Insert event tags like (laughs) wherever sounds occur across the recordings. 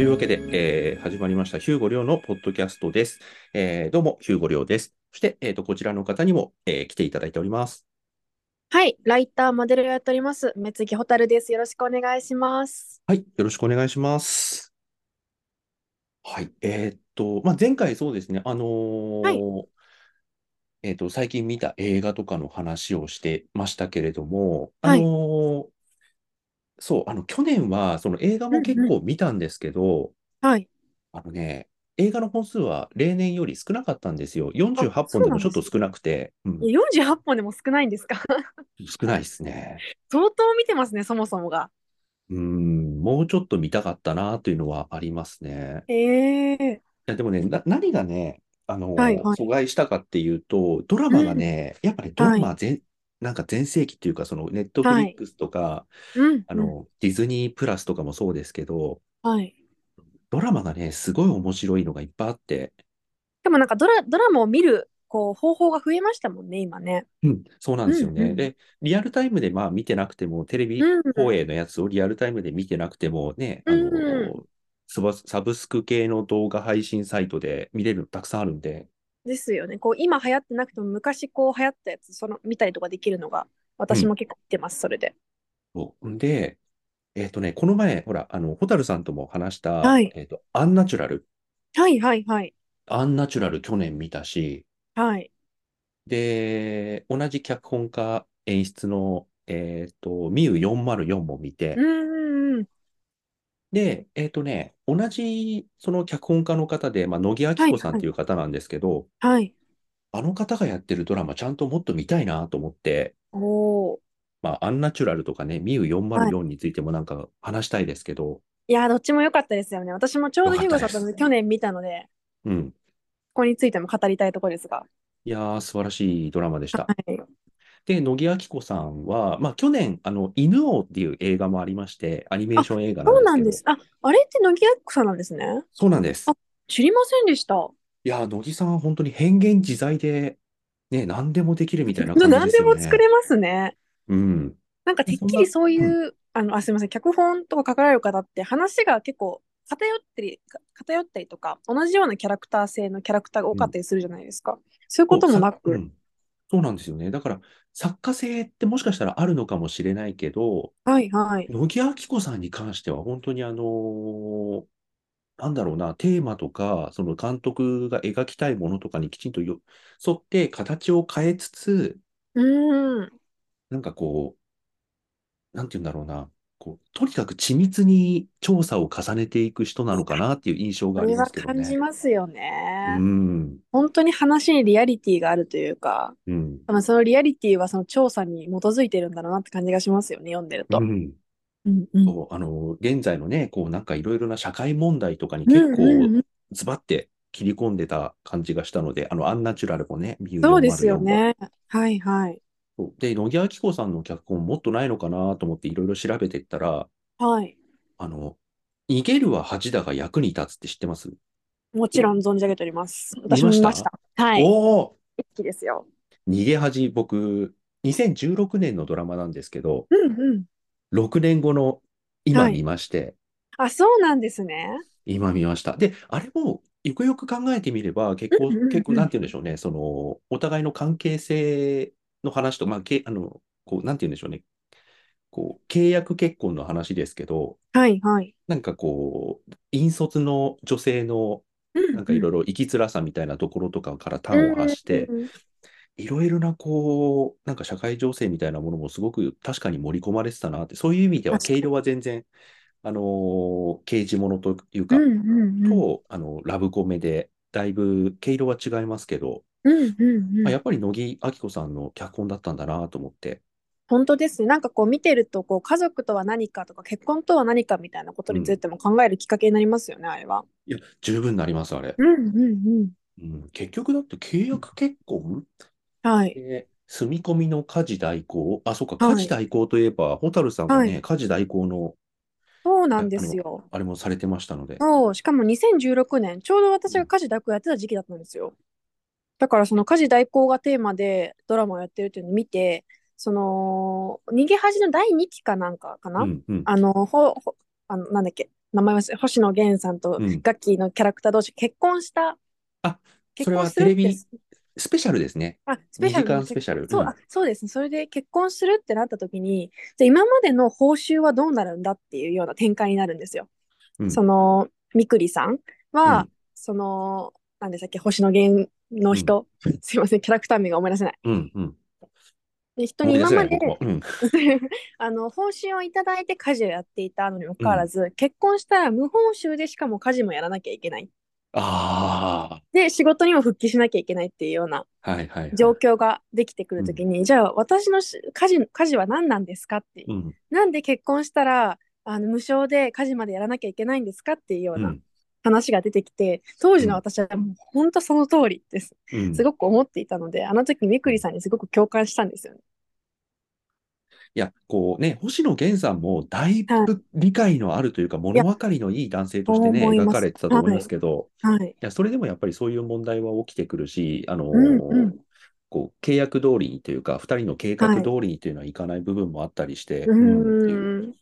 いうわけで、えー始まりました、ヒューゴリョウのポッドキャストです。えーどうも、ヒューゴリョウです。そして、えーと、こちらの方にも、えー来ていただいております。はい、ライター、モデルをやっております、目月ホタルです。よろしくお願いします。はい、よろしくお願いします。はい、えーっと、まあ、前回そうですね、あのーはいえーっと、最近見た映画とかの話をしてましたけれども、はいあのーそう、あの、去年は、その映画も結構見たんですけど、はい。あのね、映画の本数は例年より少なかったんですよ。48あそ本うでもなんちょっとです少なくて、うん、 48本でも少ないんですか (laughs) 少ないですね。相当見てますね、そもそもが。うん、もうちょっと見たかったなというのはありますね。ええいや、でもね、な、何がね、あの、はいはい阻害したかっていうと、ドラマがね、やっぱりドラマ全、なんか全盛期っていうか、その、ネットフリックスとか、うん、あの、ディズニープラスとかもそうですけど、うんはい。ドラマがね、すごい面白いのがいっぱいあって、でもなんかドラ、ドラマを見る、こう、方法が増えましたもんね、今ね。うん、そうなんですようんね。うんで、リアルタイムでまあ見てなくても、テレビうん。放映のやつをリアルタイムで見てなくてもね、あうのん、サブサブスク系の動画配信サイトで見れるのたくさんあるんで、ですよね。こう、今流行ってなくても、昔こう流行ったやつ、その、見たりとかできるのが、私も結構見てます、それで。そうで、えっとね、この前、ほら、あの、ホタルさんとも話した、はいえっと、アンナチュラル。はい、はい、はい。アンナチュラル去年見たし、はい。で、同じ脚本家演出の、えっと、ミウ404も見て、うん、うん。で、えっとね、同じ、その脚本家の方で、まあ、野木亜紀子さんっていう方なんですけど、はい。あの方がやってるドラマ、ちゃんともっと見たいなと思って、おー。まあ、アンナチュラルとかね、ミウ404についてもなんか話したいですけど、いやー、どっちも良かったですよね。私もちょうどヒューゴ良かさんったでとす去年見たので、うん。ここについても語りたいところですが。いやー、素晴らしいドラマでした。はい。で、野木亜紀子さんは、まあ、去年、あの、犬王っていう映画もありまして、アニメーション映画そうななんんでですす。あ、あれって乃木明子さんなんですね。けど、そうなんです。あ知りませんでした。いやー、野木さんは本当に変幻自在で、ね、何でもできるみたいな感じ何ですでよも作ね。れますね。うん。なんかてっきりそういう、あの、あ、すみません、脚本とか書かれる方って話が結構偏ったり、偏ったりとか、同じようなキャラクター性のキャラクターが多かったりするじゃないですか。そういうこともなうく。んそうなんですよね。だから、作家性ってもしかしたらあるのかもしれないけど、はいはい。野木亜紀子さんに関しては、本当にあのーなんだろうな、テーマとか、その監督が描きたいものとかにきちんとよ沿って形を変えつつ、うーん。なんかこう、なんて言うんだろうな、こう、とにかく緻密に調査を重ねていく人なのかなっていう印象そがありれまはすけど感じね。ますようね。ん、本当に話にリアリティがあるというか、うん、まあ、そのリアリティはその調査に基づいてるんだろうなって感じがしますよね、読んでると。うん。うんうんそう、あのー現在のね、こう、なんかいろいろな社会問題とかに結構、うんうんうんズバって切り込んでた感じがしたので、あの、アンナチュラルもね、ビューそうですよ404も。ね。はいはい。そうで、野木亜紀子さんの脚本もっとないのかなと思っていろいろ調べてったら、はい。あの、逃げるは恥だが役に立つって知ってますもちろん存じ上げております。ました私も見ました。はい。おお一気ですよ。逃げ恥、僕、2016年のドラマなんですけど、うんうん。 6年後の今はい見まして、あ、そうなんですね。今見ました。で、あれも、よくよく考えてみれば、結構うんうんう、ん結構、なんて言うんでしょうね、その、お互いの関係性の話と、まあ、け、あの、こう、なんて言うんでしょうね、こう、契約結婚の話ですけど、はいはい。なんかこう、引率の女性の、なんかいろいろろ生きづらさみたいなところとかから端を発して、いろいろなこう、なんか社会情勢みたいなものもすごく確かに盛り込まれてたなって、そういう意味では、確かに軽量は全然、あのー刑事ものといううか、んうんうん。と、あの、ラブコメで、だいぶ毛色は違いますけど、うんうんうんまあ、やっぱり乃木明子さんの脚本だったんだなと思って。本当ですね。なんかこう見てると、こう家族とは何かとか結婚とは何かみたいなことについても考えるきっかけになりますよね、あれは。いや、十分なります、あれ。うんうんうん、結局だって契約結婚うん。はい。で、住み込みの家事代行、あ、そうか、はい家事代行といえば、ホタルさんがはね、家事代行の、そうなんですよ。あれもされてましたので、そう、しかも2016年、ちょうど私が家事代行やってた時期だったんですよ。だからその家事代行がテーマでドラマをやってるっていうのを見て、その、逃げ恥の第2期かなんかかな、うん、うん、あの、ほ、ほ、あの、なんだっけ、名前は星野源さんとうんガッキーのキャラクター同士結婚した。あ、結それは婚するってテレビスペシャルですね。あ、ス2ペシャ時ルの間スペシャル。そう、うんあ、そうですね。それで結婚するってなった時に、じゃあ今までの報酬はどうなるんだっていうような展開になるんですよ。うんその、みくりさんうは、んその、なんでしたっけ、星野源の人、 (laughs) すいません、キャラクター名が思い出せない。うん、うん。で人に今まで思い出せない、僕もうん。 (laughs) あの、報酬をいただいて家事をやっていたのにもかかわらず、結婚したら無報酬でしかも家事もやらなきゃいけない。あで、仕事にも復帰しなきゃいけないっていうようなあ、はいはい、はい。状況ができてくるときに、じゃあ私のし家事、家事は何なんですかっていうう。ん、なんで結婚したらあの無償で家事までやらなきゃいけないんですかっていうようう、なん話が出てきて、当時の私はもう本当その通りです。うん。すごく思っていたので、あの時みくりさんにすごく共感したんですよね。いや、こうね、星野源さんもだいぶ理解のあるというか、物分かりのいい男性としてね、思いま描すかれてたと思いますけど、はい。いや、それでもやっぱりそういう問題は起きてくるし、あのーうんうんこう、契約通りにというか、2人の計画通りにというのはいかない部分もあったりして、う。うんっていうん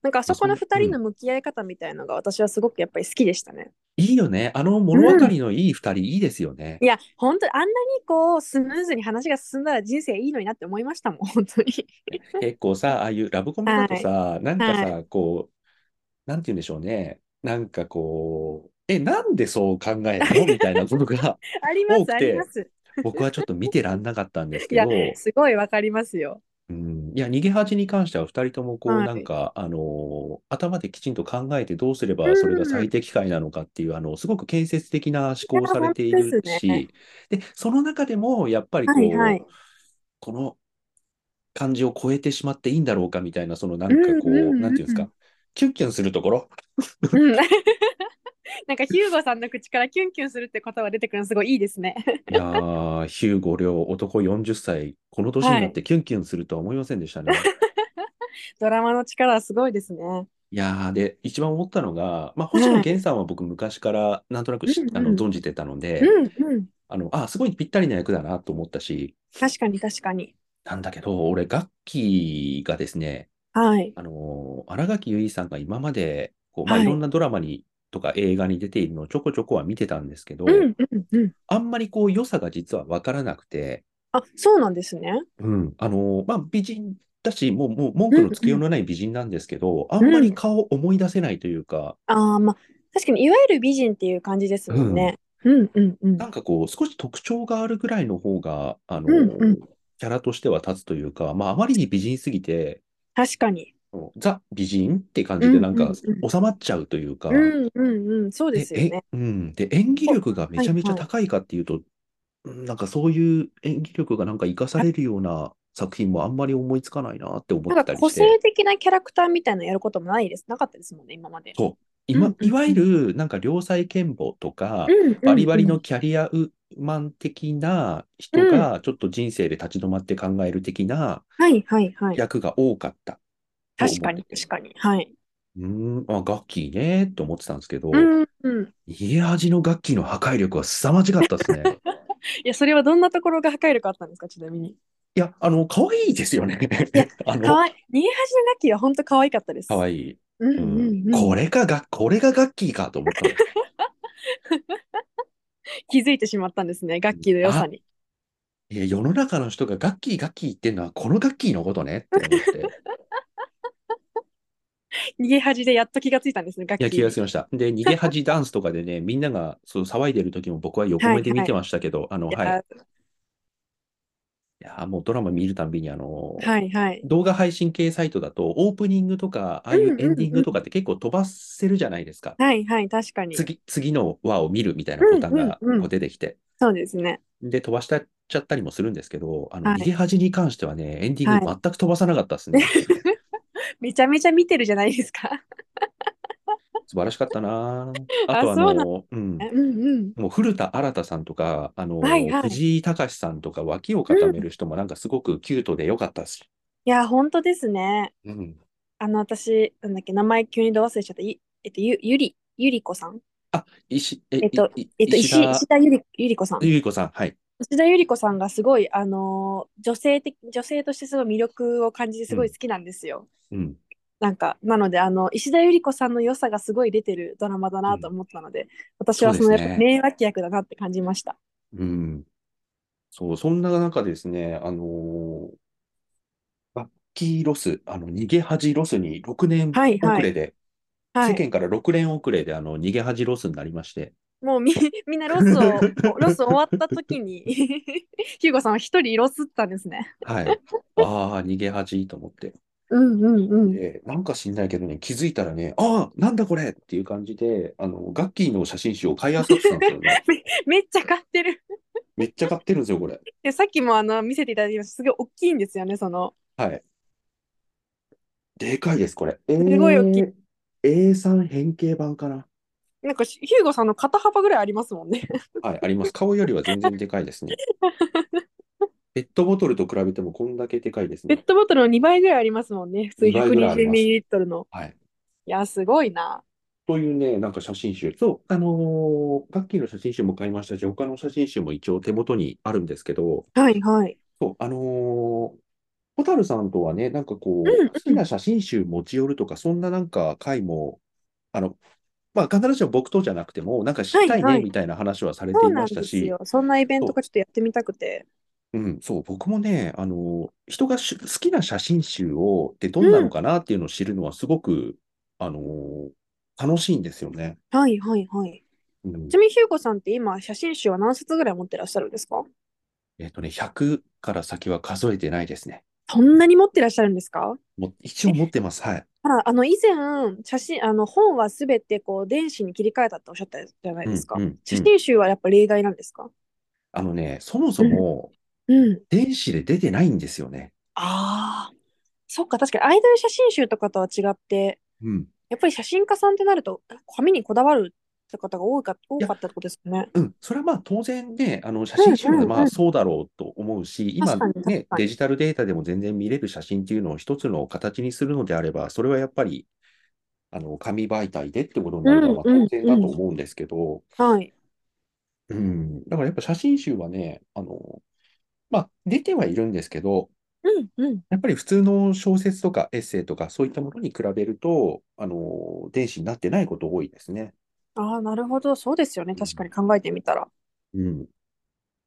なんかあそこの二人の向き合い方みたいのが私はすごくやっぱり好きでしたね。いいよね。あの物分かりのいい2人、いいですよねい。や、本当にあんなにこうスムーズに話が進んだら人生いいのになって思いましたもん、本当に。 (laughs) 結構さ、ああいうラブコメだとさ、なんかさ、こう、なんて言うんでしょうね。なんかこう、え、なんでそう考えるのみたいなことが、ありま多くす、てあります。僕はちょっと見てらんなかったんですいけやど、、すごいわかりますよ。うん、いや、逃げ恥に関しては、2人ともこう、はいなんか、あのー頭できちんと考えて、どうすれうばんそれが最適解なのかっていう、あの、すごく建設的な思考をされていいや本る当ですしね、で、その中でも、やっぱりこはいはい。う、この感じを超えてしまっていいんだろうかみたいな、そのなんかこうんうんうんうう、んなんていうんですか、キュンキュンするとこ (laughs) ろ、うんなんかヒューゴさんの口からキュンキュンするって言葉が出てくるのすごいいいですね。 (laughs) いやー、ヒューゴ涼、男40歳、この年になってキュンキュンするとは思いませんでしたね。ドラマの力はすごいですね。いやーで、一番思ったのが、まあ、星野源さんは僕、昔からなんとなくしうんうんあの存じてたので、うんうん。あの、あ、すごいぴったりな役だなと思ったし、確かに確かに。なんだけど、俺、ガッキーがですね、はい。あのー、新垣結衣さんが今まで、こう、まあ、はいいろんなドラマにとか映画に出ているのをちょこちょこは見てたんですけど、うんうんうん。あんまりこう、良さが実は分からなくて、あ、そうなんですね。うん、あのー、まあ、美人だし、もう、もう文句のつけようのない美人なんですけど、あんまり顔を思い出せないというか、ああ、まあ、確かにいわゆる美人っていう感じですもんね。うんうんうん。なんかこう、少し特徴があるぐらいの方が、あの、うんうんキャラとしては立つというか、まあ、あまりに美人すぎて、確かに。ザ美人って感じで、なんかうんうん収まっちゃうというか、うんうんうん。そうですよね。え、うん、で、演技力がめちゃめちゃ高いかっていうと、うんなんかそういう演技力がなんか生かされるような作品もあんまり思いつかないなって思なっんかたり個して。性的なキャラクターみたいなのやることもないです。なかったですもんね、今まで。そう今うんうんうんいわゆるなんか良妻賢母とか、うんうんバリバリのキャリアウーマン的な人がちょっと人生で立ち止まって考える的なはいはいはい。役が多かったと思って確かに確かに。はい。うーん、あ、ガッキーねーと思ってたんですけど、うんうん。逃げ味のガッキーの破壊力は凄まじかったです (laughs) ね。いや、それはどんなところが破壊力あったんですか、ちなみに。いや、あの、可愛いですよね。いや (laughs) あかの、わいい。逃げ恥のガッキーは本当可愛かったです。可愛い。うんううんんうん。これがガ、これがガッキーかと思ったの。 (laughs) 気づいてしまったんですね、ガッキーの良さに。え世の中の人がガッキーガッキー言ってるのはこのガッキーのことねって (laughs) 思って。逃げ恥でやっと気がついたんですね、ガッいキーや、気に。がつきました。で、逃げ恥ダンスとかでね、みんながそう騒いでる時も僕は横目で見てましたけど、あの、はい。はいいや、もうドラマ見るたんびに、あの、はいはい。動画配信系サイトだと、オープニングとか、ああいうエンディングとかって結構飛ばせるじゃないですか。はいはい、確かに。次、次の話を見るみたいなボタンがうんうんうんこう出てきて、そうですね。で、飛ばしたっちゃったりもするんですけど、あの、はい逃げ恥に関してはね、エンディングは全く飛ばさなかった (laughs) ですね。めちゃめちゃ見てるじゃないですか。 (laughs) 素晴らしかったなああと、あそうなの、うんう。んうん。もう古田新太さんとか、あの、はいはい藤井隆さんとか、脇を固める人もなんかすごくキュートで良かったし。いや、本当ですね。うん。あの、私、なんだっけ、名前急にど忘れしちゃった。いえっと、ゆ、ゆり、ゆりこさん。石、ええっといいえっと、石石、田石田ゆり、ゆりこさん。ゆり子さん。はい。石田ゆり子さんがすごい、あのー女性的、女性としてすごい魅力を感じてすごい好きなんですよ。うん。なんか、なので、あの、石田ゆり子さんの良さがすごい出てるドラマだなと思ったので、私はそそうのでやすねっぱ名脇役だなって感じました。うん。そう、そんな中ですね、あのーバッキーロス、あの、逃げ恥ロスに6年はいはい遅れで、は世い。間から6年遅れで、あの、逃げ恥ロスになりまして、もうみ、 (laughs) みんなロス (laughs) を、ロス終わった時に、 (laughs) ヒューゴさんは一人ロスったんですね。はい。 (laughs) ああ、逃げ恥と思って。うんうんうん。で、なんか知んないけどね、気づいたらね、ああ、なんだこれっていう感じで、あの、ガッキーの写真集を買い漁ってたんですよ (laughs) ね。めっちゃ買ってる。めっちゃ買ってるんですよ、これ。で、さっきもあの、見せていただきました。すごい大きいんですよね、その。はい。でかいです、これ。すごい大きい A3 変形版かな。なんかヒューゴさんの肩幅ぐらいありますもんね。はい、あります。顔よりは全然でかいです (laughs) ね。ペットボトルと比べてもこんだけでかいですペッね。トボトルの2倍ぐらいありますもんね。普通2倍ぐらいあります 120ml の。はい。いや、すごいな。というね、なんか写真集。そう、あのー、ガッキーの写真集も買いましたし、他の写真集も一応手元にあるんですけど、はいはい。そう、あのー、ホタルさんとはね、なんかこうんうう、ん好きな写真集持ち寄るとか、そんななんか回も、あの、まあ、必ずしも僕とじゃなくても、なんか知りたいはいはねいみたいな話はされてそういなまんしたですし、よ。そんなイベントがちょっとやってみたくて。うん、そう、僕もね、あの、人がし好きな写真集を、で、どんなのかなっていうのを知るのは、すごく、あの楽しいんですよね。はいはいはい。うんち、なみにヒューゴさんって今、写真集は何冊ぐらい持ってらっしゃるんですかえっとね、100から先は数えてないですね。そんなに持ってらっしゃるんですかもう一応持ってます。はい。あら、あの、以前、写真、あの、本はすべて、こう、電子に切り替えたっておっしゃったじゃないですかうんうんうん。写真集はやっぱ例外なんですかあのね、そもそも、うん。電子で出てないんですよね。ああ。そっか、確かにアイドル写真集とかとは違って、うん。やっぱり写真家さんってなると、紙にこだわるって方が多いか、多かったってことですよね。うん、それはまあ当然ね、あの写真集うんうんはうんまあそうだろうと思うし、今確かにね確、かにデジタルデータでも全然見れる写真っていうのを一つの形にするのであれば、それはやっぱりあの紙媒体でってことになればまあうんうん当然だと思うんですけど、はい。うん、だからやっぱ写真集はね、あの、まあ出てはいるんですけど、うん、うん。やっぱり普通の小説とかエッセイとかそういったものに比べると、あの、電子になってないこと多いですね。ああ、なるほど。そうですよね。確かに考えてみたら。うん。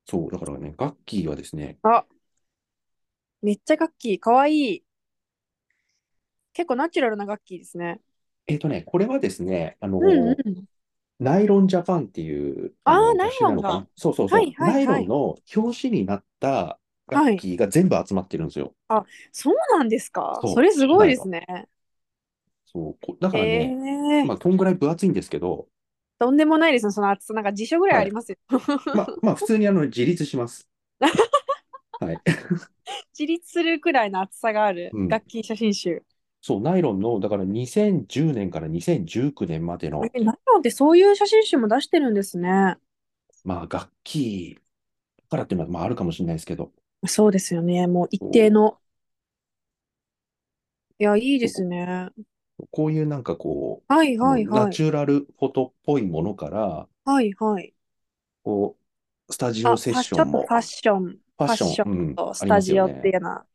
そう、だからね、ガッキーはですね、あ、めっちゃ楽器、かわいい。結構ナチュラルな楽器ですね。えっとね、これはですね、あの、うんうん。ナイロンジャパンっていう、あーのナイロン雑誌なのがかなそうそうそう、はいはいはいナイロンの表紙になった楽器が全部集まってるんですよ。そうなんですか。そうそれすごいですね。そう、こだからえね、えまあ、こんぐらい分厚いんですけ (laughs) ど、とんでもないですね。その厚さ、なんか辞書ぐらいありますよ。 (laughs) まあ、まあ、普通にあの自立します。はい。自立するくらいの厚さがあるうん楽器写真集。そう、ナイロンの、だから2010年から2019年までの、え、ナイロンってそういう写真集も出してるんですね。まあ、楽器だからっていうのは、まあ、あるかもしれないですけど、そうですよね。もう一定の。いや、いいですね。こういうなんかこ、はいうはいナはい。チュラルフォトっぽいものから、はいはい。こう、スタジあ、オフセァッッシちょョっンとも、ファッションファッファッション、うん、とあスりまタすジオよっねていうのは。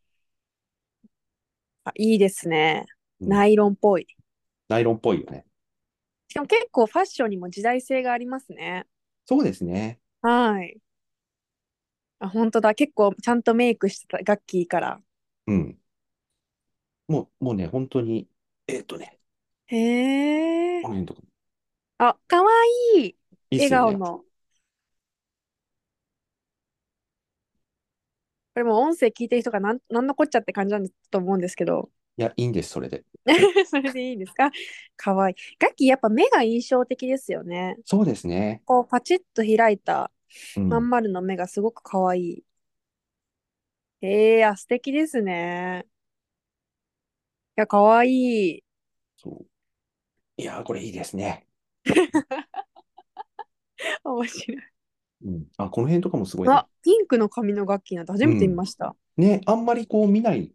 あ、いいですね。うんナイロンっぽい。ナイロンっぽいよね。しかも結構ファッションにも時代性がありますね。そうですね。はい。あ、本当だ。結構ちゃんとメイクしてた、ガッキーから。うん。もう、もうね、本当に、えーっとね、へえこ。の辺とか、あ、かわいい。いいっ笑すよ顔ね。の。これもう音声聞いてる人がなん、なんのこっちゃって感じなんだと思うんですけど。いや、いいんです、それで。 (laughs) それでいいですかかわいい。ガッキーやっぱ目が印象的ですよね。そうですね。こうパチッと開いたうんまん丸の目がすごくかわいい。ええー、あ、素敵ですね。いや、かわいい。そう。いやー、これいいですね。面白い。うん。あ、この辺とかもすごいねあ、ピンクの髪の楽器なんて初めて見ました。ね、あんまりこう見ない。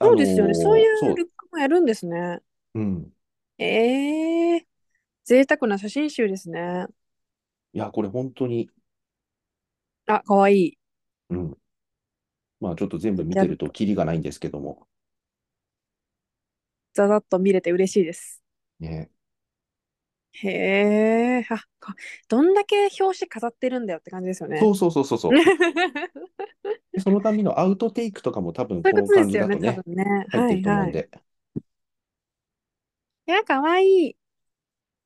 あそのうーですよね。そういそうルックもやるんですね。う。うん。ええー、贅沢な写真集ですね。いや、これ本当に、あ、かわいい。うん。まあ、ちょっと全部見てると、キリがないんですけども。ざざっと見れて嬉しいです。ね。へえ、あ、かどんだけ表紙飾ってるんだよって感じですよね。 (laughs) そうそうそうそうそう。そそのためのアウトテイクとかも多分ういうここのとで感すじだよとね、多ね、分ね。入っはてるいと思うはんい。いで。や、かわいい。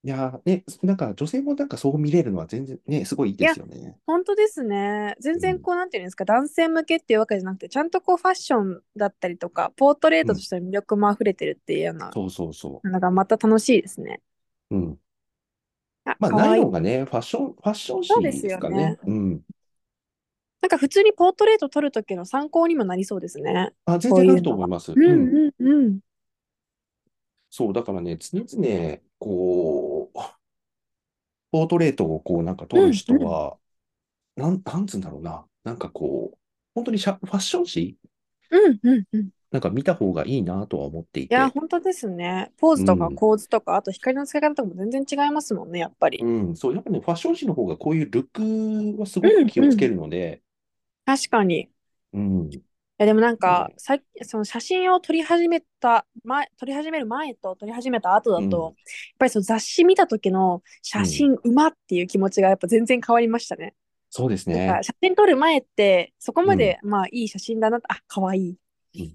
いやーね、なんか女性もなんかそう見れるのは全然ね、すごいいいですよね。本当ですね。全然こう、なんていうんですか、男性向けっていうわけじゃなくて、ちゃんとこう、ファッションだったりとか、ポートレートとしての魅力も溢れてるっていうようなそうそうそのがまた楽しいですね。う。うん。あ、まあ、かわないいい。のがね、ファッション、ファッションそうで誌すですよかねね。。うん。なんか普通にポートレート撮る時の参考にもなりそうですね。あ、全こう然いなうるとの思いは。ます。ううんん。うんうん。そう、だからね、常々、こう、ポートレートをこう、なんか撮るうんう人ん。は、なん、なんつうんだろうな。なんかこう、本当にシャ、ファッション誌うんうんうん。いなんか見た方がいいなとは思っていや、て。本当ですね。ポーうズとかん。構図とか、あと光の使い方とかも全然違いますもんね、やっぱり。うん。そう、やっぱね、ファッション誌の方がこういうルックはすごくうん気をうつけん。るので、確かに。うん。いやでもなんかね。さっきその写真を撮り始めた前撮り始める前と撮り始めた後うだん。とやっぱりその雑誌見た時のう写ん。真うまっていう気持ちがやっぱ全然変わりましたね。そうですなんかね。写真撮る前ってそこうまん。でまあいい写真だなあ可愛いうん。い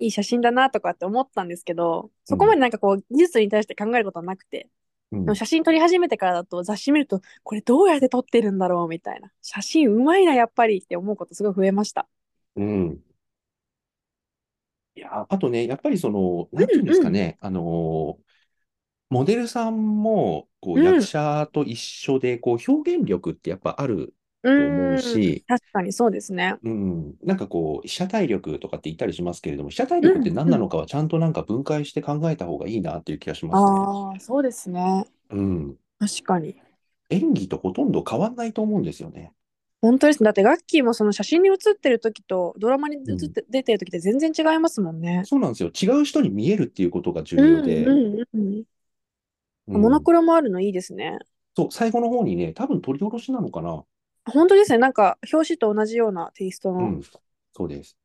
い写真だなとかって思ったんですけうどそこまん。でなんかこう技術に対して考えることはなくてうでもん写真撮り始めてからだと雑誌見るとこれどうやって撮ってるんだろうみたいな写真うまいなやっぱりって思うことすごい増えました。うんいや、あとね、やっぱりその、うなんていうんですんうかんね、あのーモデルさんも、こう、う役ん者と一緒で、こう、表現力ってやっぱあると思ううーん、し、確かにそうですね。うん、なんかこう、被写体力とかって言ったりしますけれども、被写体う力ってん、何うなのん。かはちゃんとなんか分解して考えた方がいいなっていう気がしますね。ああ、そうですね。うん。確かに。演技とほとんど変わんないと思うんですよね。本当ですね。だって、ガッキーもその写真に写ってる時と、ドラマにう写っん。て出てる時って全然違いますもんね。そうなんですよ。違う人に見えるっていうことがう重要ん、で、うん、うん。うモノん。クロもあるのいいですね。そう、最後の方にね、多分撮り下ろしなのかな。本当ですね。なんか、表紙と同じようなテイストうの。ん。そうです。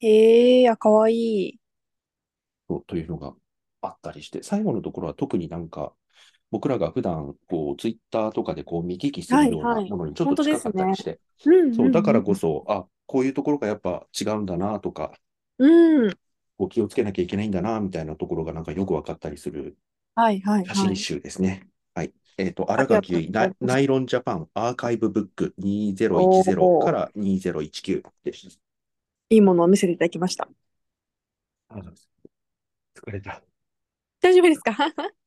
ええー、あ、かわいい。そうというのがあったりして、最後のところは特になんか、僕らが普段こう、ツイッターとかでこう見聞きすはるい、ようなはい。ものにちょっ本と当で近かすったりね。して、うん、そう、うだからん、こそ、あ、こういうところがやっぱ違うんだなとか、うん。うん。こう気をつけなきゃいけないんだなみたいなところがなんかよく分かったりするはい、はい、写は真い。集ですね。はい。えっと、あ新りがとう垣ござナいまナす。イロンジャパンアーカイブブックお2010かお、ら2019でした。いいものを見せていただきました。あ疲れた。大丈夫ですか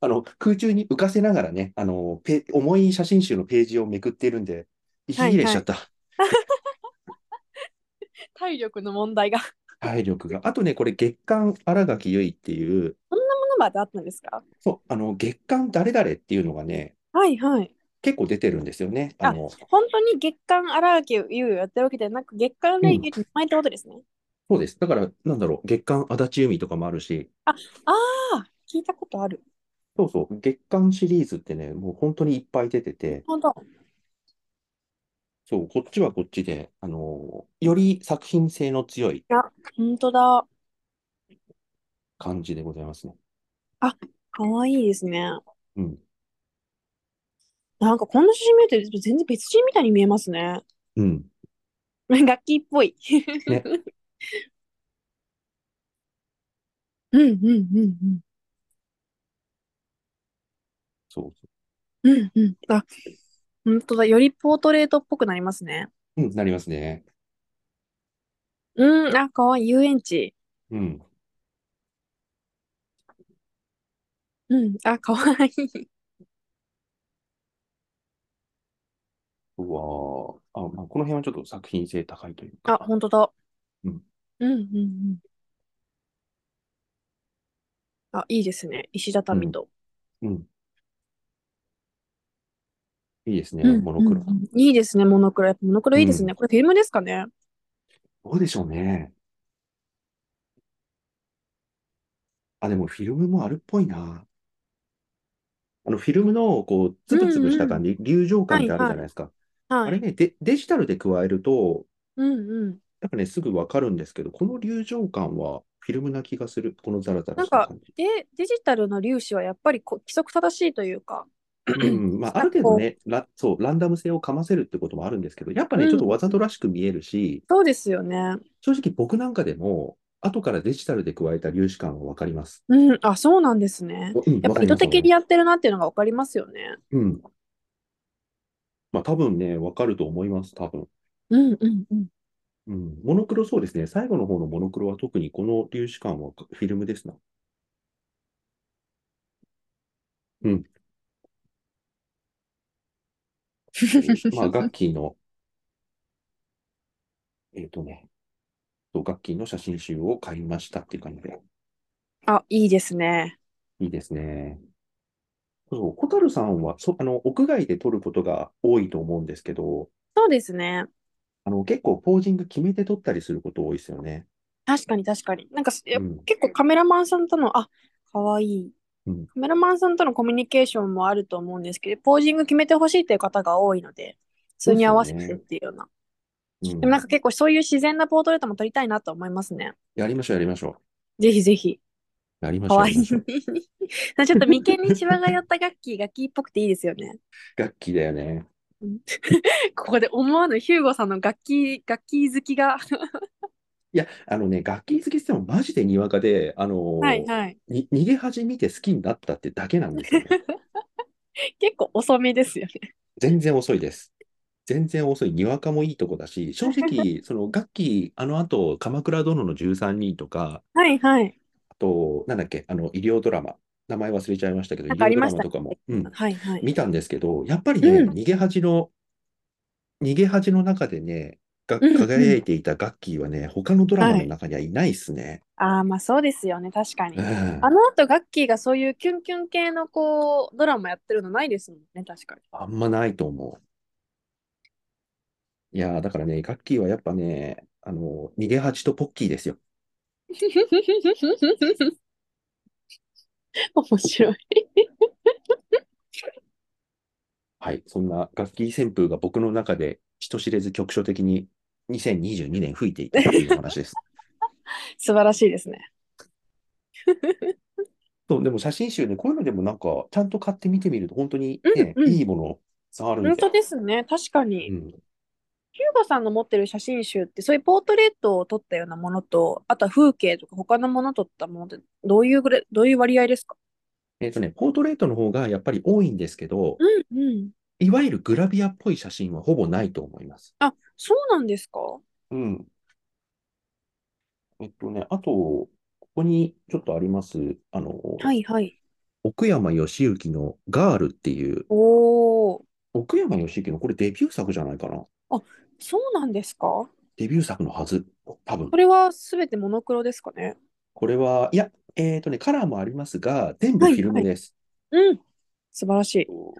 あの、空中に浮かせながらね、あの、ペ、重い写真集のページをめくっているんで、息は切い、れしちはゃっい。た。 (laughs) 体力の問題が。体力が。あとね、これ月刊新垣結衣っていう、そんなものまであったんですかそう、あの、月刊誰々っていうのがね、はいはい。結構出てるんですよね。ああ、の、本当に月刊荒垣結衣をやってるわけではなく、月刊うでん、言う名前ってことですね。そうです。だから、なんだろう、月刊足立由美とかもあるし、あ、ああ、聞いたことある。そうそう、月刊シリーズってね、もう本当にいっぱい出てて、本当。そう、こっちはこっちで、あの、より作品性の強いあ、本当だ。感じでございますね。あ、かわいいですね。うん。なんかこんな写真見ると全然別人みたいに見えますね。 (laughs) うん。楽器っぽい。ね。 (laughs) うんうんうんうん。そうそうんうん。あ、本当だ。よりポートレートっぽくなりますね。う。うん、なりますね。うん、あ、かわいい。遊園地。うん。うん、あ、かわいい。うわーあ、まあ、この辺はちょっと作品性高いという (laughs) あ、か。本当だ。うん。うんうんうん。あ、いいですね。石う畳ん。と。うん。いいですうね、んモノうんクうロ。ん。いいですね、モノクロ。やっぱモノクロういいですん。ね。これフィルムですかね。どうでしょうね。あ、でもフィルムもあるっぽいな。あの、フィルムの、こう、うつぶつぶしんたうん。感じ、流浄感はっいてあるじゃなはいい。ですか。あはれい。ね、デ、デジタルで加えると、うんうん。やっぱね、すぐわかるんですけど、この流浄感はフィルムな気がする、このザラザラなんしたか感じ。で、デジタルの粒子はやっぱりこう規則正しいというか、うん、まあ、ある程度ね、ラ、そう、ランダム性をかませるってこともあるんですけど、やっぱね、うんちょっとわざとらしく見えるし、そうですよね。正直僕なんかでも、後からデジタルで加えた粒子感はわかります。うん、あ、そうなんですね。うん、やっわかぱりま意図す、わか的りにまやってるなっていうのが分かりますよね。すうん。まあ、多分ね、わかると思います、多分。うんうんうん。うん。モノクロそうですね。最後の方のモノクロは特にこの粒子感はフィルムですな。うん。まあ、ガッキーの、えっとね、そうガッキーの写真集を買いましたっていう感じで。あ、いいですね。いいですね。そう、ホタルさんは、そ、あの、屋外で撮ることが多いと思うんですけど、そうですね。あの、結構ポージング決めて撮ったりすること多いですよね。確かに確かに。なんかすやうん。結構カメラマンさんとの、あ、かわいい。うんカメラマンさんとのコミュニケーションもあると思うんですけど、ポージング決めてほしいという方が多いので、それに合わせてっていうような。うんでもなんか結構そういう自然なポートレートも撮りたいなと思いますね。やりましょう、やりましょぜひぜう。ひ。やりましかょう、わやいりい。ましちょうょっ。と眉間にシワが寄った楽器、楽器っぽくていいですよね。ガッキーだよね。ここで思わぬヒューゴさんの楽器、楽器好きが。いや、あのね、ガッキー好きって言ってもマジでにわかで、あのーはいはい。に逃げ恥見て好きになったってだけなんですよ (laughs) ね。結構遅めですよね。全然遅いです。全然遅い。にわかもいいとこだし、正 (laughs) 直、そのガッキー、あの後、鎌倉殿の13人とか、はいはい。あと、なんだっけ、あの、医療ドラマ、名前忘れちゃいましたけど、医なんかあ療りドまラしマたとかも、うん、はいはい。見たんですけど、やっぱりね、うん逃げ恥の、逃げ恥の中でね、がうんうん輝いていたガッキーはね、他のドラマの中にはいないっすね。ああ、まあそうですよね。確かに。うんあの後、ガッキーがそういうキュンキュン系のこう、ドラマやってるのないですもんね。確かに。あんまないと思う。いやー、だからね、ガッキーはやっぱね、あの、逃げ恥とポッキーですよ。 (laughs) 面白い。はい、そんなガッキー旋風が僕の中で人知れず局所的に2022年吹いていたというお話 (laughs) です。素晴らしいですね。そう、でも写真集ね、こういうのでもなんか、ちゃんと買って見てみると、本当にね、うんうんいいもの、触るん本で。当ですね。確かに。うん、ヒューゴさんの持ってる写真集って、そういうポートレートを撮ったようなものと、あとは風景とか他のもの撮ったものって、どういうぐらい、どういう割合ですかえっとね、ポートレートの方がやっぱり多いんですけど、うんうん。いわゆるグラビアっぽい写真はほぼないと思います。あ、そうなんですかうん。えっとね、あと、ここにちょっとあります、あの、はいはい。奥山義行のガールっていう、おー、奥山義行のこれデビュー作じゃないかな。そうなんですかデビュー作のはず、多分こ。れはすべてモノクロですかねこれは、いや、えっとね、カラーもありますが、全部フィルムです。うん。素晴らしい。こ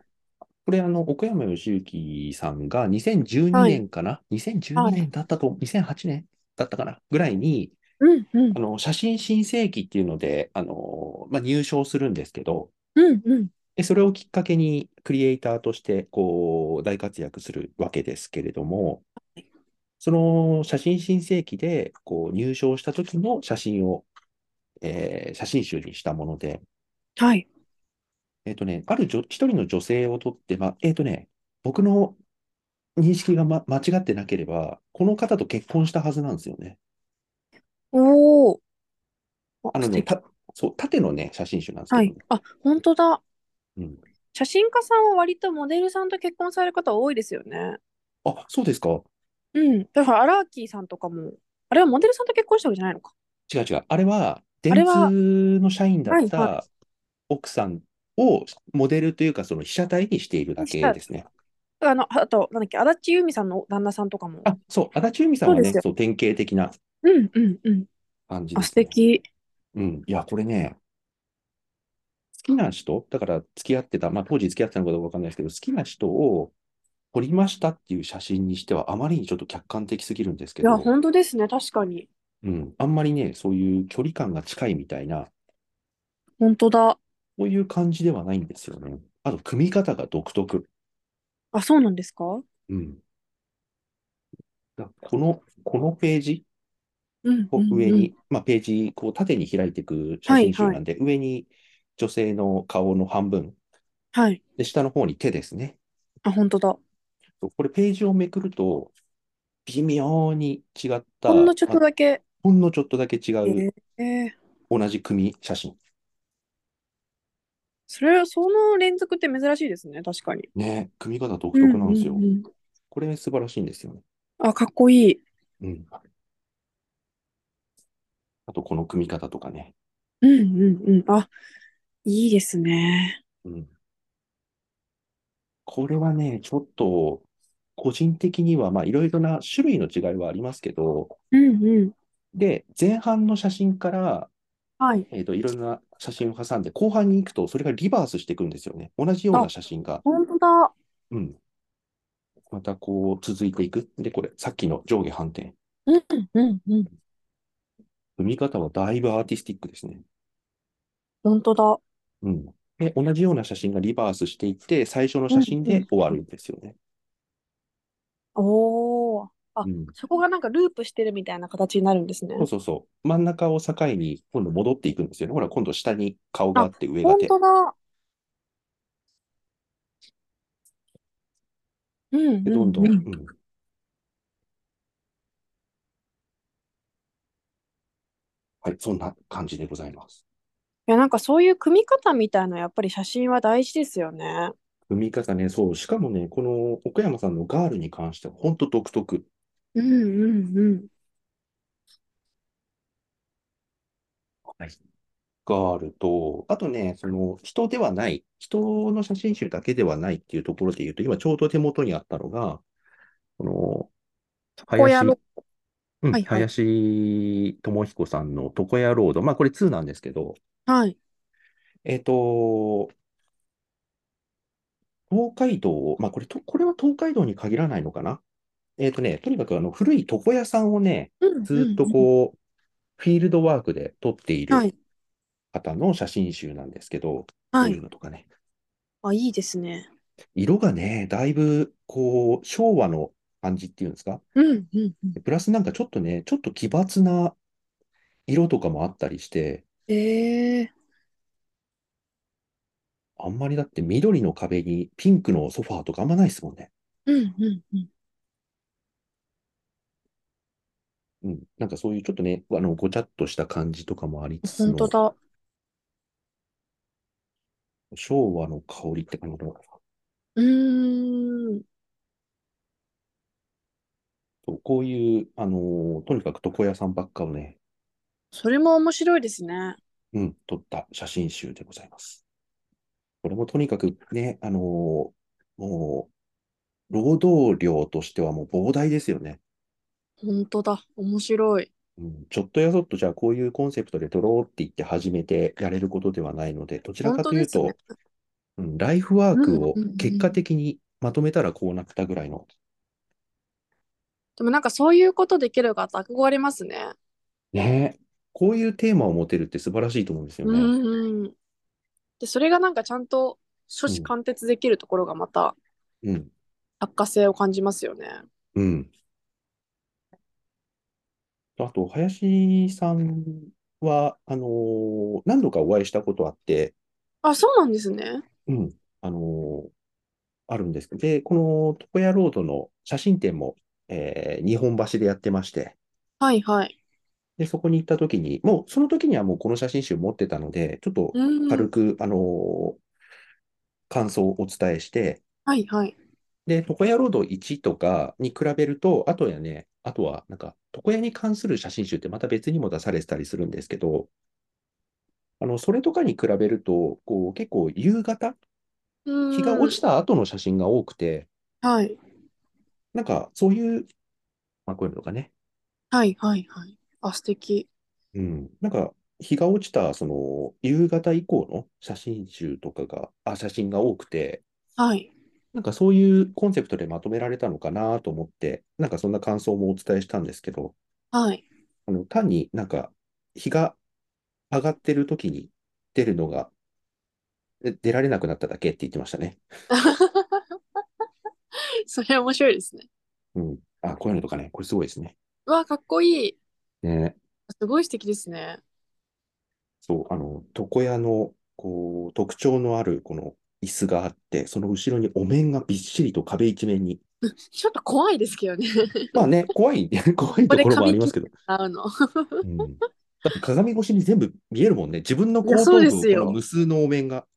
れ、あの、奥山義行さんが2012はい年かな、は ?2012 い年だったと、2008年だったかなぐらいに、うんうんあ。の、写真申請期っていうので、あの、まあ、入賞するんですけど、うんうん。で、それをきっかけに、クリエイターとして、こう、大活躍するわけですけれども、その写真申請期で、こう、入賞した時の写真を、えー写真集にしたもので、はい。えっとね、ある女、一人の女性をとって、まあ、えっとね、僕の認識が、ま、間違ってなければ、この方と結婚したはずなんですよね。おー。あの素ね、敵た、そう、縦のね、写真集なんですけどはいね。。あ、本当だ。うん。写真家さんは割とモデルさんと結婚される方多いですよね。あ、そうですか。うん。だから、アラーキーさんとかも、あれはモデルさんと結婚したわけじゃないのか。違う違う。あれは、電れは通の社員だっはいはた奥さんをモデルというか、その被写体にしているだけですね。あの、あと、なんだっけ、足立由美さんの旦那さんとかも。あ、そう、足立由美さんはそうねです、よそう、典型的なうんうんうん。感じあ、で素すね。敵。うん、いや、これね、好きな人、だから付き合ってた、まあ当時付き合ってたのかどうかわかんないですけど、好きな人を撮りましたっていう写真にしては、あまりにちょっと客観的すぎるんですけいや、ど、本当ですね。確かに。うん、あんまりね、そういう距離感が近いみたいな、本当だ。そういう感じではないんですよね。あと、組み方が独特。あ、そうなんですかうん。だこの、このページ、うんこう上に、まあ、ページ、こう縦に開いていく写真集なんで、上に女性の顔の半分、はい。で、下の方に手ですね。あ、本当だ。そうこれページをめくると、微妙に違った、ほんのちょっとまあだけ。ほんのちょっとだけ違えう、ーえー同じ組写真。それ、その連続って珍しいですね、確かに。ね、組み方独特なんですよう。ううんこれ素晴らしいんですよね。あ、かっこいい。うん。あと、この組み方とかね。うんうんうん。あ、いいですね。うん。これはね、ちょっと、個人的には、まあ、いろいろな種類の違いはありますけど、うんうん。で、前半の写真から、はい。えっと、いろいろな写真を挟んで、後半に行くと、それがリバースしていくんですよね。同じような写真が、本当だ。うん。またこう、続いていく。で、これ、さっきの上下反転。うんうんうん。組み方はだいぶアーティスティックですね。本当だ。うん。で、同じような写真がリバースしていって、最初の写真で終わるんですよね。おお。あうん。そこがなんかループしてるみたいな形になるんですね。そうそうそう。真ん中を境に、今度戻っていくんですよね。ほら、今度下に顔があって、上が本手。当だ。うんうんで、どんどん。ううんん。はい、そんな感じでございます。いやなんかそういう組み方みたいなやっぱり写真は大事ですよね。組み方ね、そう。しかもね、この奥山さんのガールに関しては、本当独特。うんうんうん。はい。があると、あとね、その人ではない、人の写真集だけではないっていうところで言うと、今ちょうど手元にあったのが、この、床屋の林、うん、はいはい林智彦さんの床屋ロード。まあこれ2なんですけど、はい。えっと、東海道を、まあこれと、これは東海道に限らないのかな。えっとね、とにかくあの古い床屋さんをね、うんずっとこう、フィールドワークで撮っていうんるはい。方の写真集なんですけど、こはういうい。のとかね。あ、いいですね。色がね、だいぶこう昭和の感じっていうんですか。うんうんうん。プラスなんかちょっとね、ちょっと奇抜な色とかもあったりして、ええあんまりだって緑の壁にピンクのソファーとかあんまないですもんね。うんうんうん。うん。なんかそういうちょっとね、あの、ごちゃっとした感じとかもありつつ本当の、だ。昭和の香りって感じのうーん。そうこういう、あのーとにかく床屋さんばっかをね、それも面白いですね。うん、撮った写真集でございます。これもとにかくね、あのーもう、労働量としてはもう膨大ですよね。本当だ。面白い。うん、ちょっとやそっとじゃあこういうコンセプトで撮ろうって言って始めてやれることではないので、どちら本か当といでうすねと、。うん、ライフワークをうんうんうん結果的にまとめたらこうなったぐらいの、でもなんかそういうことできる方憧れますね。ね、こういうテーマを持てるって素晴らしいと思うんですようね。んうん。で、それがなんかちゃんと書う士ん貫徹できるところがまたうん、作家性を感じますよね。うん。あと、林さんは、あのー何度かお会いしたことあって、あ、そうなんですね。うん、あのーあるんですけど、で、この床屋ロードの写真展も、えー日本橋でやってまして、はいはい。で、そこに行った時に、もうその時にはもうこの写真集持ってたので、ちょっとうん。軽く、あのー感想をお伝えして、はいはい。で、床屋ロード1とかに比べると、あとやね、あとはなんか、床屋に関する写真集ってまた別にも出されてたりするんですけど、あの、それとかに比べると、こう、結構夕方、うん。日が落ちた後の写真が多くて、はい。なんか、そういう、まあ、こういうのがね、はいはいはい。あ、素敵。うん、なんか、日が落ちた、その、夕方以降の写真集とかが、あ、写真が多くて、はい。なんかそういうコンセプトでまとめられたのかなと思って、なんかそんな感想もお伝えしたんですけど、はい。あの、単になんか、日が上がってる時に出るのが、え出られなくなっただけって言ってましたね。それ面白いですね。うん。あ、こういうのとかね、これすごいですね。うわ、かっこいい。ね、すごい素敵ですね。そう、あの、床屋の、こう、特徴のある、この椅子があって、その後ろにお面がびっしりと壁一面 (laughs) に。ちょっと怖いですけどね。 (laughs) まあね、怖い、 (laughs) 怖いところもありますけど。会うの。うん、だって鏡越しに全部見えるもんね。自分の後いや頭そう部でをすよこの無数のお面が。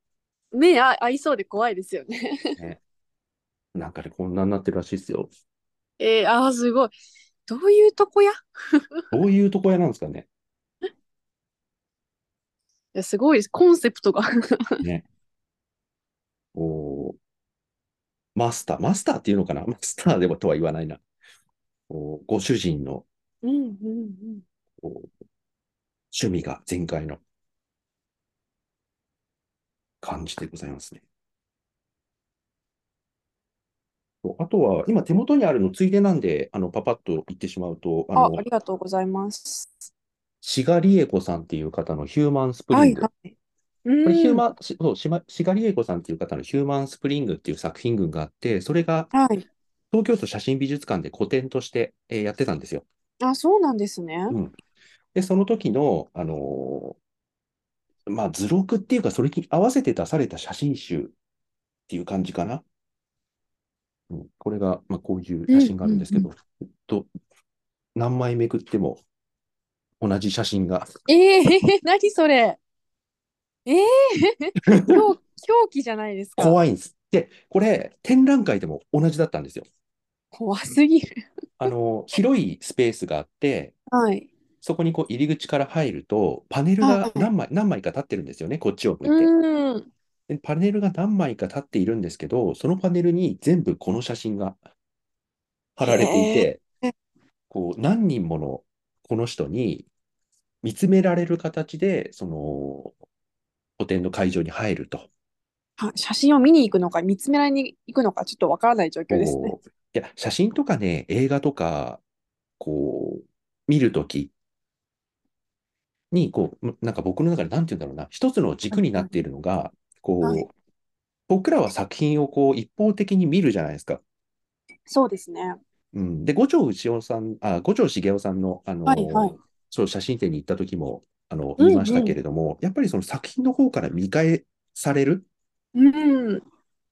目あ合いそうで怖いですよね。 (laughs) ね、なんかでこんなになってるらしいですよ。えー、ああ、すごい。どういうとこやいどういう床屋なんですかね。や、すごいです。コンセプトが。こう、マスター、マスターっていうのかなマ (laughs) スターでもとは言わないな。こうご主人のうんうんうん。こう趣味が全開の感じでございますね。あとは、今手元にあるのついでなんで、あの、パパッと言ってしまうと、ああ、のあ、りがとうございます。シガリエコさんっていう方のヒューマンスプリはいング。はい。これヒュうーん。マン、しそう、しまシガリエコさんっていう方のヒューマンスプリングっていう作品群があって、それがはい。東京都写真美術館で個展として、えーやってたんですよ。あ、そうなんですね。うん、で、その時の、あのーまあ、図録っていうか、それに合わせて出された写真集っていう感じかな。うん、これが、まあ、こういう写真があるんですけど、と何枚めくっても同じ写真が。えー、 (laughs) 何それ。えー、 (laughs) 狂狂気じゃないですか。怖いんです。で、これ、展覧会でも同じだったんですよ。怖すぎる。あの、広いスペースがあって、はい。そこにこう入り口から入ると、パネルが何枚、何枚か立ってるんですよね、こっちを向いて。うん。で、パネルが何枚か立っているんですけど、そのパネルに全部この写真が貼られていて、こう何人ものこの人に見つめられる形で、その個展の会場に入ると。は写真を見に行くのか、見つめられに行くのか、ちょっとわからない状況ですね。こういや、写真とかね、映画とか、こう、見るときに、こう、むなんか僕の中でなんて言うんだろうな、一つの軸になっているのが、はいこう、僕らは作品をこう一方的に見るじゃないですか。そうですね。うん、で、五条牛尾さん、あ、五条茂雄さんの、あのはいはいそう、写真展に行った時も、あの、うんうん言いましたけれども、やっぱりその作品の方から見返される、うん。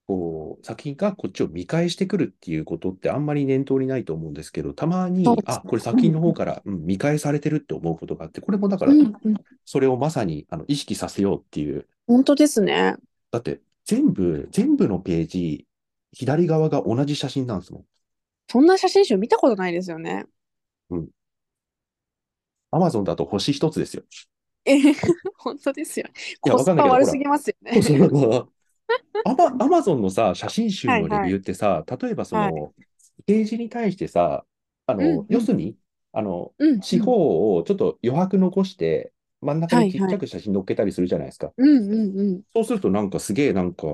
こう、作品がこっちを見返してくるっていうことってあんまり念頭にないと思うんですけど、たまに、そうですねあ、これ作品の方から、うん、見返されてるって思うことがあって、これもだからう、んうん、それをまさに、あの、意識させようっていう、本当ですね。だって、全部、全部のページ、左側が同じ写真なんですもん。そんな写真集見たことないですよね。アマゾンだと星一つですよ。えー、本当ですよね。いやコスパわかんないけど悪すぎますよそうね。そうそうそうアマ、アマゾンのさ、写真集のはレいビはいューってさ、例えばその、はいページに対してさ、あの、うんうん四隅、あの、うんうん四方をちょっと余白残して、真ん中にちっちゃく写真載っけたりするじゃないですか。うんうんうん。そうするとなんかすげえなんか、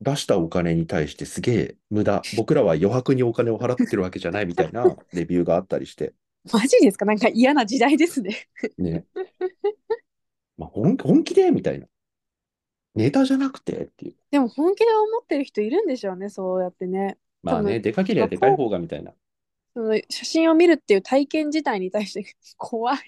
出したお金に対してすげえ無駄。僕らは余白にお金を払ってるわけじゃないみたいなレビューがあったりして。マジですかなんか嫌な時代です (laughs) ね。ね。まあ、本本気でみたいな。ネタじゃなくてっていう。でも本気で思ってる人いるんでしょうね、そうやってね。まあ多ね、分でかけりゃでかい方がみたいな。その写真を見るっていう体験自体に対して (laughs) 怖い。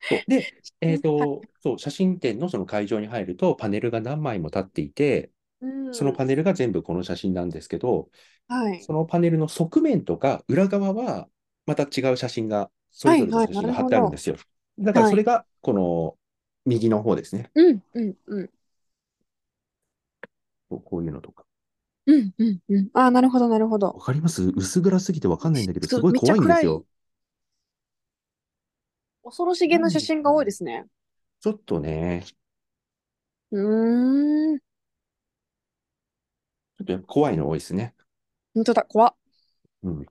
そうで、えーとそう、写真展のその会場に入ると、パネルが何枚も立っていて、うん、そのパネルが全部この写真なんですけど、はい。そのパネルの側面とか裏側は、また違う写真が、それぞれの写真が貼ってあるんですよ。だからそれが、この右の方ですね。うんうんうん。こうこういうのとか。うんうんうん。ああ、なるほどなるほどわ。かります薄暗すぎてわかんないんだけど、そうすごい怖いんですよ。恐ろしげな写真が多いですね。ちょっとね、ちうーん。ょっとやっぱ怖いの多いですね。本当だ、怖っうん、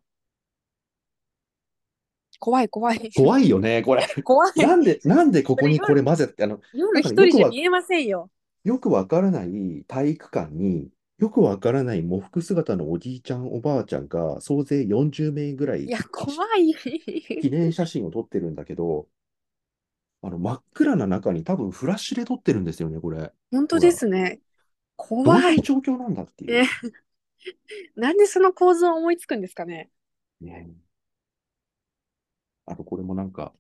怖い怖い。怖いよね、これ。 (laughs) 怖い。なんで、なんでここにこれ混ぜて、あの、夜一人じゃ見えませんよ。よくわからない体育館に、よくわからない喪服姿のおじいちゃん、おばあちゃんが、総勢40名ぐらいいや、怖い。記念写真を撮ってるんだけど、あの真っ暗な中に多分フラッシュで撮ってるんですよね、これ。本当ですね。どう怖いうい。状況なんだっていう。なんでその構図を思いつくんですかね。ねあと、これもなんか、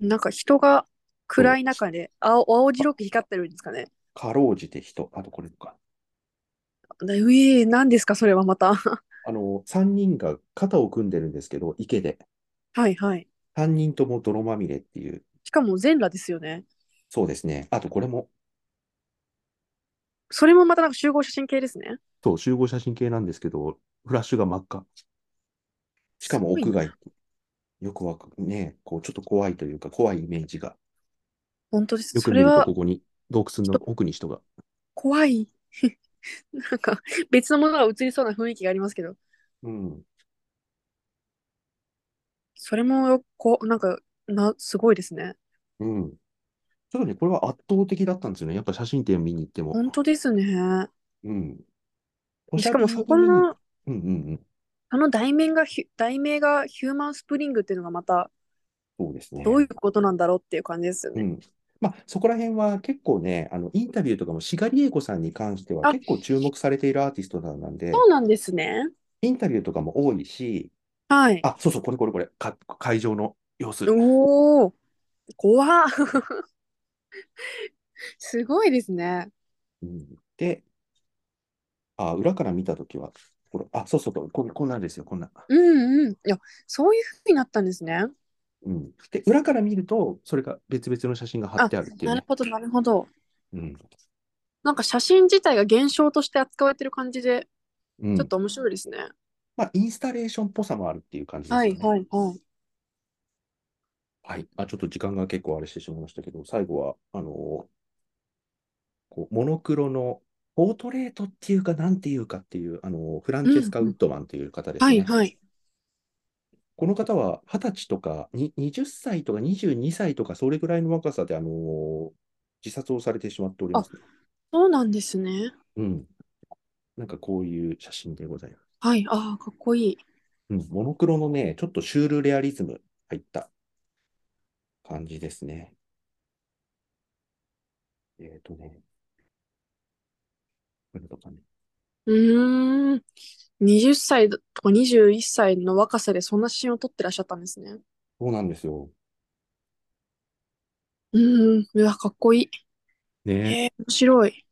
なんか人が暗い中で青青白く光ってるんですかね。かろうじて人、あとこれか。なうえー、何ですかそれはまた。あの、3人が肩を組んでるんですけど、池で。はいはい。 3人とも泥まみれっていう。しかも全裸ですよね。そうですね。あと、これも、それもまたなんか集合写真系ですね。そう、集合写真系なんですけど、フラッシュが真っ赤。しかもすごい屋な外。よくわかね、こう、ちょっと怖いというか、怖いイメージが。本当です。よそく見れると、はここに、洞窟の奥に人が。怖い。 (laughs) なんか別のものが映りそうな雰囲気がありますけど、うん。それもよこなんかなすごいですね。うん。ちょっとね、これは圧倒的だったんですよね。やっぱ写真展見に行っても。本当ですね。うん。しかもそこのうんうんうん。あの題名がヒュ題名がヒューマンスプリングっていうのがまたそうですね。どういうことなんだろうっていう感じですようね。ん。まあ、そこら辺は結構ね、あの、インタビューとかも、シガリエコさんに関してはあ結構注目されているアーティストなんで、そうなんですね。インタビューとかも多いし、はい。あ、そうそう、これこれこれ、か会場の様子。おお、怖っすごいですね。うんで、あ、裏から見たときは、これ、あ、そうそうそう、これこんなんですよ、こんな。うんうん。いや、そういう風になったんですね。うん。で、裏から見ると、それが別々の写真が貼ってあるっていうなるね。ほど、なるほど。うん。なんか写真自体が現象として扱われてる感じで、うんちょっと面白いですね。まあ、インスタレーションっぽさもあるっていう感じですはよいね。はいはい。はい。あ、ちょっと時間が結構あれしてしまいましたけど、最後は、あのーこう、モノクロのポートレートっていうか、なんていうかっていう、あのーフランチェスカ・うんうウんッドマンという方ですはいね。はい。この方は二十歳とかに、20歳とか22歳とか、それぐらいの若さで、あのー自殺をされてしまっております。そうなんですね。うん。なんかこういう写真でございます。はい。ああ、かっこいい。うん、モノクロのね、ちょっとシュールレアリズム入った感じですね。えっ、とね。これとかね。うーん。20歳とか21歳の若さでそんな写真を撮ってらっしゃったんですね。そうなんですよ。うーん。うわ、かっこいい。ね。えー、面白い。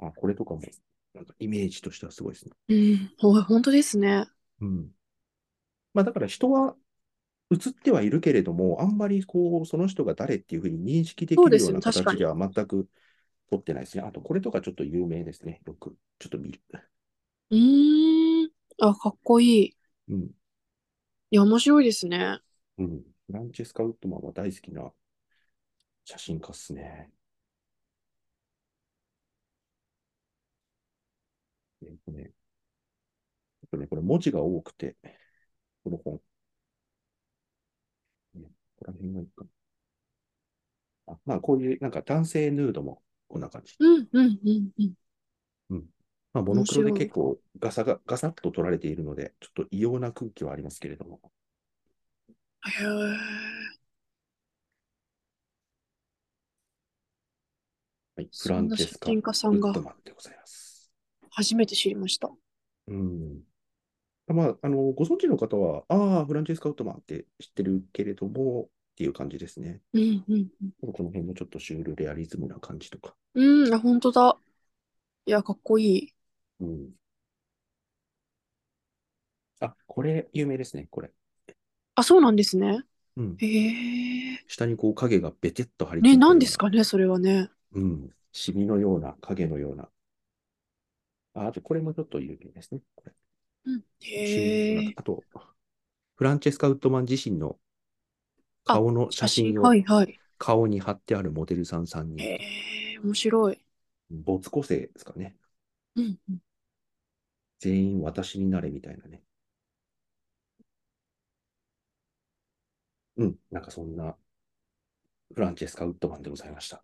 あ、これとかも、なんかイメージとしてはすごいですね。うん。ほ本当ですね。うん。まあだから人は映ってはいるけれども、あんまりこう、その人が誰っていうふうに認識できそうでるすようよなね確か形にでは全く撮ってないですね。あと、これとかちょっと有名ですね。よく、ちょっと見る。うーん。あ、かっこいい。うん。いや、面白いですね。うん。フランチェスカ・ウッドマンは大好きな写真家っすね。えっとね、ちょっとね、これ文字が多くて、この本。ね、ここら辺がいいかな。あ、まあ、こういう、なんか男性ヌードもこんな感じ。うん、うん、うん、うん。まあ、モノクロで面白い結構ガサが、ガサッと取られているので、ちょっと異様な空気はありますけれども。へえ。はい、フラそんンなチェ写スカ・ウ真家さんッがドマンでございます。初めて知りました。うん。まあ、あの、ご存知の方は、ああ、フランチェスカ・ウッドマンって知ってるけれども、っていう感じですね。うん、うん、この辺のちょっとシュールレアリズムな感じとか。うん。うん、あ、本当だ。いや、かっこいい。うん。あ、これ、有名ですね、これ。あ、そうなんですね。うん。へえ。下にこう影がベテッと張り付いてるね、よう何なですかね、それはね。うん。シミのような、影のような。あ、あと、これもちょっと有名ですね。これうん。シミのようなへえ。あと、フランチェスカ・ウッドマン自身の顔の写真をはい、はい。顔に貼ってあるモデルさん3人。へえ、面白い。没個性ですかね。うん、うん。全員私になれみたいなね。うん、なんかそんな、フランチェスカ・ウッドマンでございました。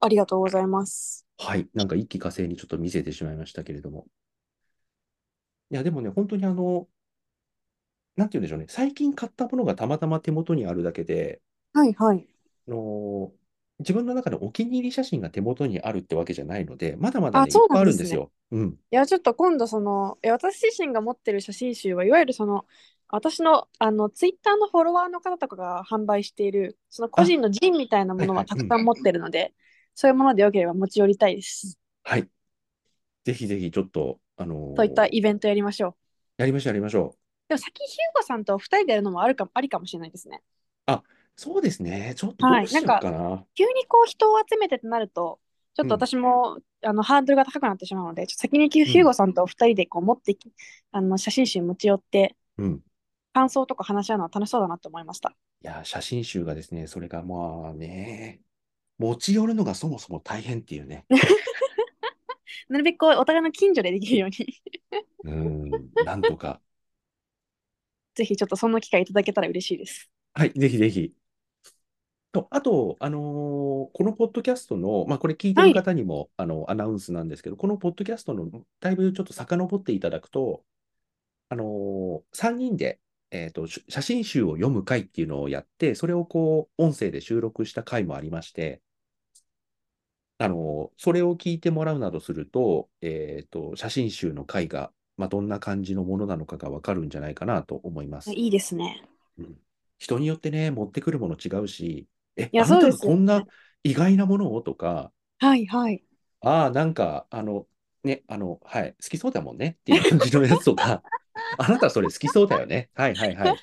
ありがとうございます。はい、なんか一気火星にちょっと見せてしまいましたけれども。いや、でもね、本当にあの、なんて言うんでしょうね、最近買ったものがたまたま手元にあるだけで、はい、はい。あの自分の中のお気に入り写真が手元にあるってわけじゃないので、まだまだ、あね、いっそうぱいなあんるでんですねすよ。うん。いや、ちょっと今度その、え私自身が持ってる写真集はいわゆるその、私の、あの、ツイッターのフォロワーの方とかが販売している、その個人のジンみたいなものはははいたいくさん持ってるので、そういうものでよければ持ち寄りたいです。はい。ぜひぜひ、ちょっと、あのーといったイベントやりましょう。やりましょう、やりましょう。でも先、ヒューゴさんと二人でやるのもあるかも、ありかもしれないですね。そうですね。ちょっとどはういしようかな。急にこう人を集めてってなると、ちょっと私も、あのハードルが高くなってしまうので、ちょっと先にヒュんヒューゴさんと二人でこう持ってき、あの写真集持ち寄って、うん。感想とか話し合うのは楽しそうだなと思いました。いや、写真集がですね、それがまあね、持ち寄るのがそもそも大変っていう (laughs) ね。なるべくこうお互いの近所でできるように、 (laughs) うん、なんとか。ぜひちょっとその機会いただけたら嬉しいです。はい、ぜひぜひ。と、あと、あのーこのポッドキャストの、まあ、これ聞いてる方にも、あの、アナウンスなんですけど、このポッドキャストの、だいぶちょっと遡っていただくと、あの3人で、えっと、し写真集を読む会っていうのをやって、それをこう、音声で収録した回もありまして、あのそれを聞いてもらうなどすると、えっと、写真集の回が、まあ、どんな感じのものなのかがわかるんじゃないかなと思います。いいですね。人によってね、持ってくるもの違うし、え、いやあなたそがうですよこんな意外なものをとか、はいはい。ああ、なんか、あの、ね、あの、はい、好きそうだもんねっていう感じのやつとか、 (laughs) あなたそれ好きそうだよね。はいはいはい。い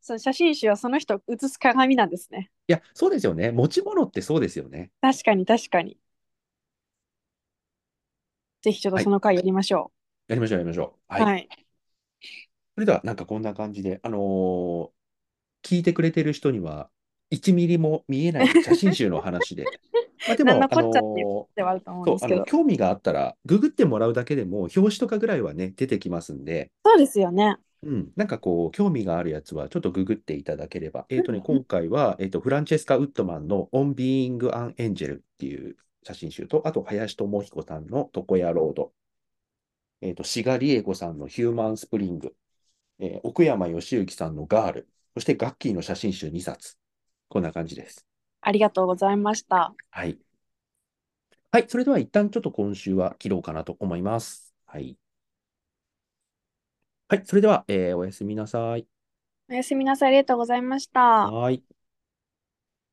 その写真集はその人を写す鏡なんですね。や、そうですよね。持ち物ってそうですよね。確かに確かに。ぜひちょっとその回やりましょやりましょうやりましょう。う。はい。はい。それでは、なんかこんな感じで、あのー聞いてくれてる人には、1ミリも見えない写真集の話 (laughs) で。まあでなもんの、こっちゃっていうあのーではあると思うんそう、ですあけどの、。興味があったら、ググってもらうだけでも、表紙とかぐらいはね、出てきますんで、そうですよね。うん、なんかこう、興味があるやつは、ちょっとググっていただければ、えっとね、うん今回は、えっと、フランチェスカ・ウッドマンの On Being an Angel っていう写真集と、あと、林智彦さんの床屋ロード、えっと、志賀理恵子さんのヒューマン・スプリング、えー奥山義行さんのガール、そしてガッキーの写真集2冊。こんな感じです。ありがとうございました。はい。はい。それでは一旦ちょっと今週は切ろうかなと思います。はい。はい。それでは、えーおやすみなさい。おやすみなさい。ありがとうございました。はい。